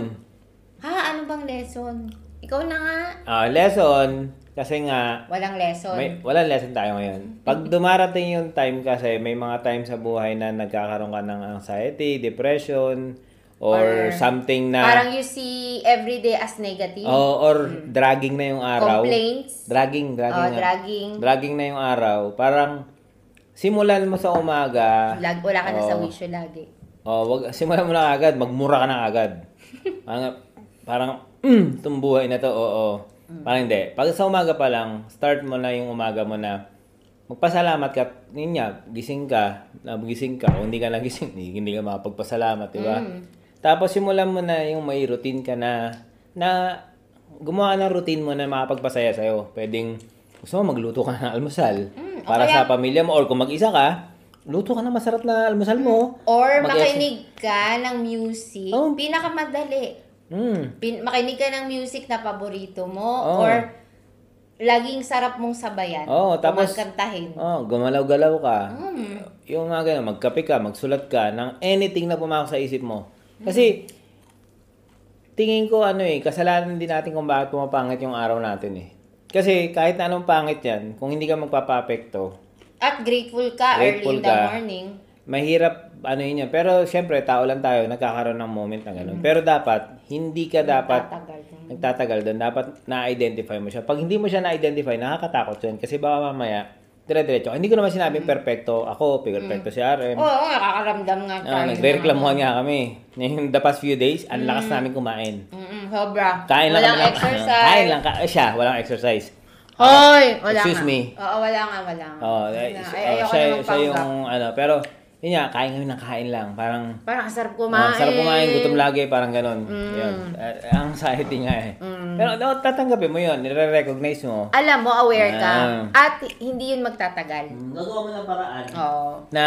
Ha? Ano bang lesson? Ikaw na nga. Ah, lesson, kasi nga, Walang lesson. may, walang lesson tayo ngayon. Pag dumarating yung time kasi, may mga time sa buhay na nagkakaroon ka ng anxiety, depression, or, Or something na... Parang you see everyday as negative. Oo, or dragging na yung araw. Complaints. Dragging, dragging. Oh, na- dragging. dragging na yung araw. Parang simulan mo sa umaga. Lag, wala ka na sa Oo. wisyo lagi. Oh, wag simulan mo na agad, magmura ka na agad. parang parang mm, itong buhay na to, oo. Mm. Parang hindi. Pag sa umaga pa lang, start mo na yung umaga mo na magpasalamat ka. Yun nga, gising ka, nagising ka. Kung hindi ka nagising, hindi, hindi ka makapagpasalamat, di ba? Mm. Tapos simulan mo na yung may routine ka na, na gumawa ng routine mo na makapagpasaya sa'yo. Pwedeng, gusto mo magluto ka ng almusal Mm, o para sa kaya- pamilya mo or kung mag-isa ka, luto ka ng masarap na almusal mo. Or Mag-exercise. makinig ka ng music. Oh. Pinakamadali. Mm. Pin, makinig ka ng music na paborito mo. Oh. Or laging sarap mong sabayan. Oo, o tapos- magkantahin. Oh, gumalaw-galaw ka. Mm. Yung mga ganun, magkape ka, magsulat ka ng anything na pumasok sa isip mo. Kasi tingin ko ano eh, kasalanan din natin kung bakit pumapangit yung araw natin eh. Kasi kahit na anong pangit yan, kung hindi ka magpapapekto, At grateful ka Grateful early in the ka. morning. mahirap ano yun yan. Pero syempre, tao lang tayo, nagkakaroon ng moment na ganun. Pero dapat, hindi ka dapat Tatagal ka. nagtatagal doon. Dapat na-identify mo siya. Pag hindi mo siya na-identify, nakakatakot yun. Kasi baka mamaya, dire-diretso. Hindi ko naman sinabing perfecto ako, perfecto si RM. Oo, Mm-hmm. oh, nakakaramdam nga tayo. Ah, nagre-reklamuhan nga kami. Yung the past few days, ang lakas namin kumain. Mm-mm, sobra. Kain lang kami Mm. Walang ng- exercise. Kain lang ka- eh, siya, walang exercise. Hoy! Wala Excuse nga. me. Oo, wala nga, wala nga. Oh, Wala. eh, Ay, oh, ayoko siya, na siya magpanggap. yung ano, pero yun nga, kain kami ng kain lang. Parang Parang ang sarap Kumain. Ah, kumain. Mm. sarap kumain, gutom lagi, parang ganun. Yun. Ah, ang anxiety nga eh. Pero no, tatanggapin mo yun, nire-recognize mo. Alam mo, aware ka. Ah. Mm. At hindi yun magtatagal. Gagawa mo ng paraan. Oo. Na,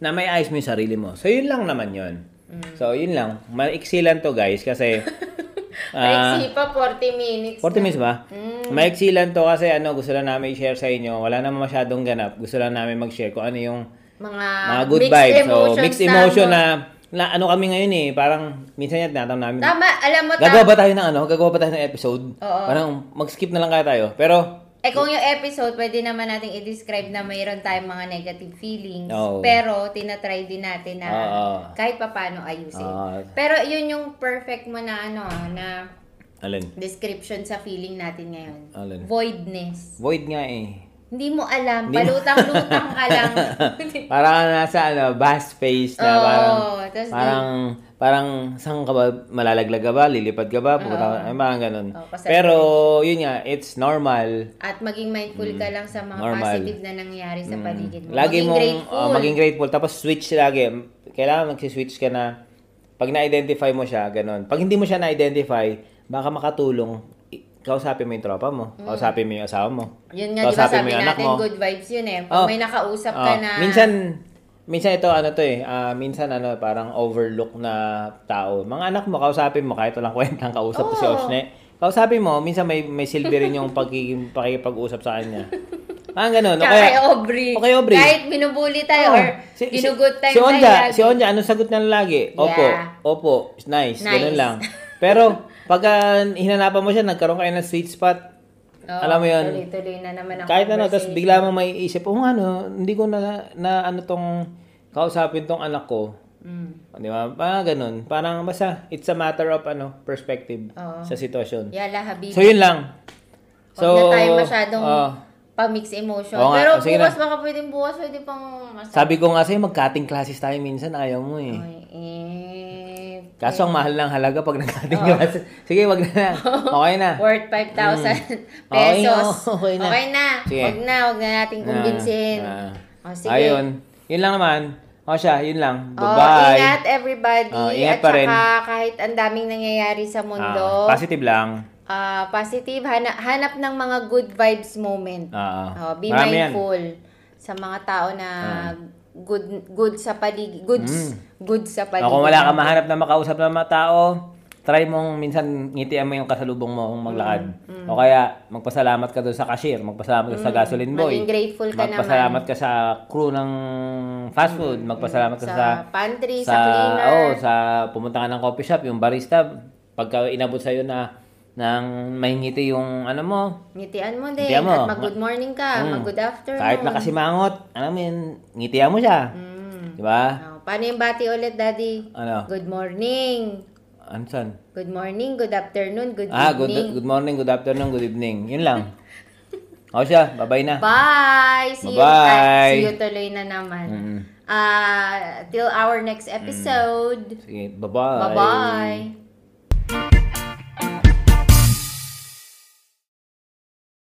na may ayos mo yung sarili mo. So, yun lang naman yun. Mm. So, yun lang. Maiksi lang to guys kasi... ah, Maiksi Mm. pa, 40 minutes. 40 minutes ba? Maiksi lang to kasi ano, gusto lang namin i-share sa inyo. Wala naman masyadong ganap. Gusto lang namin mag-share kung ano yung Mga, mga good Ah, mixed vibes. emotions So, mixed emotion mo. na, na ano kami ngayon eh. Parang minsan yan tinatawag namin. Tama, alam mo, Gagawa tama. ba tayo ng ano? Gagawa ba tayo ng episode? Oo. Parang mag-skip na lang kaya tayo. Pero, Eh kung yung episode, pwede naman nating i-describe na mayroon tayong mga negative feelings. Oo. Pero, tinatry din natin na Oo. kahit papano ayusin. Oo. Pero yun yung perfect mo na ano, ah, na alin? description sa feeling natin ngayon. Alin? Voidness. Void nga eh. Hindi mo alam. Palutang-lutang ka lang. Parang ka nasa ano, vast space na Oo, parang, tas di- parang, parang saan ka ba, malalaglag ka ba, lilipad ka ba, pupunta ka, Oo. ay parang ganun. Oo, kasi- Pero, yun nga, it's normal. At maging mindful ka lang sa mga Mm. Normal. Mm. positive na nangyayari sa paligid mo. Lagi maging mong, grateful. oh, maging grateful. Tapos switch lagi. Kailangan magsiswitch ka na, pag na-identify mo siya, ganun. Pag hindi mo siya na-identify, baka makatulong, i- kausapin mo yung tropa mo, kausapin mo yung asawa mo. Mm. Yun nga, di ba kausapin sabi mo yung anak natin, mo. good vibes yun eh. Pag Oh. may nakausap Ah, ka na... Minsan, minsan ito ano to eh, ah, minsan ano, parang overlook na tao. Mga anak mo, kausapin mo, kahit walang kwentang kausap ko si Oo. Oshne. Kausapin mo, minsan may, may silbi rin yung pagiging, pakipag-usap sa kanya. Parang ganun. o Tsaka ano, kaya- kay Aubrey. O kay Aubrey. Oh. Kahit binubuli tayo or ginugot tayo si Onja, tayo. si Onja, anong sagot niya lagi? Opo, Yeah. opo, nice, ganun Nice. lang. Pero, pag ah, hinanapan mo siya, nagkaroon kayo ng sweet spot, Oo, alam mo yun, Oh, Tuloy-tuloy na naman ang kahit ano, tapos conversation. bigla mo may isip, oh nga no, hindi ko na, na ano tong kausapin tong anak ko. Mm. Di ba? Parang ganun. Parang basta, it's a matter of ano, perspective Oo. sa sitwasyon. Yala, habibi. So, yun lang. Huwag na tayo masyadong oh, pamix emotion. Oo nga, oh, Pero sige bukas, na. baka pwedeng bukas, pwede pang mas... sabi ko nga sa'yo, mag-cutting classes tayo minsan, ayaw mo eh. Ay, eh, Kaso ang mahal ng halaga pag nag-cutting classes. Sige, wag na na. Okay na. Worth 5,000 Mm. Okay, pesos. oo, okay na. Sige. Huwag na, huwag na natin kumbinsin. Ah, O, ah. sige. Ayun. Yun lang naman. O siya, yun lang. Oh, Bye-bye. ingat everybody. Oh, ingat At pa rin. saka kahit ang daming nangyayari sa Ah, mundo, positive lang. ah, positive, hana- hanap ng mga good vibes moment. Oo. Oh, be Ah, Marami yan. Ah. mindful sa mga tao na good good sa paligid, goods, good sa paligid. O, kung Mm. wala ka mahanap na makausap ng mga tao, try mong minsan ngitian mo yung kasalubong mo kung maglakad. Mm. O kaya, magpasalamat ka doon sa cashier, magpasalamat ka sa gasoline boy. Maging grateful ka naman. Mm. Magpasalamat ka sa crew ng fast food, magpasalamat ka sa, sa pantry, sa, sa cleaner. oh, sa pumunta ka ng coffee shop, yung barista pagka inabot sa na nang mahingiti yung ano mo, Ngitian mo din. Ngitian mo. At mag-good morning ka, Mm. mag-good afternoon. kahit nakasimangot, alam mo yun, ngitian mo siya. Mm. Di ba? Oh, paano yung bati ulit, daddy? Ano? Good morning. Ano saan? Good morning, good afternoon, good Ah, good, evening. good morning, good afternoon, good evening. Yun lang. O siya, bye-bye na. Bye! See Bye-bye. you. Ay, see you tuloy na naman. Mm. Ah, till our next episode. Sige, bye-bye. Bye-bye.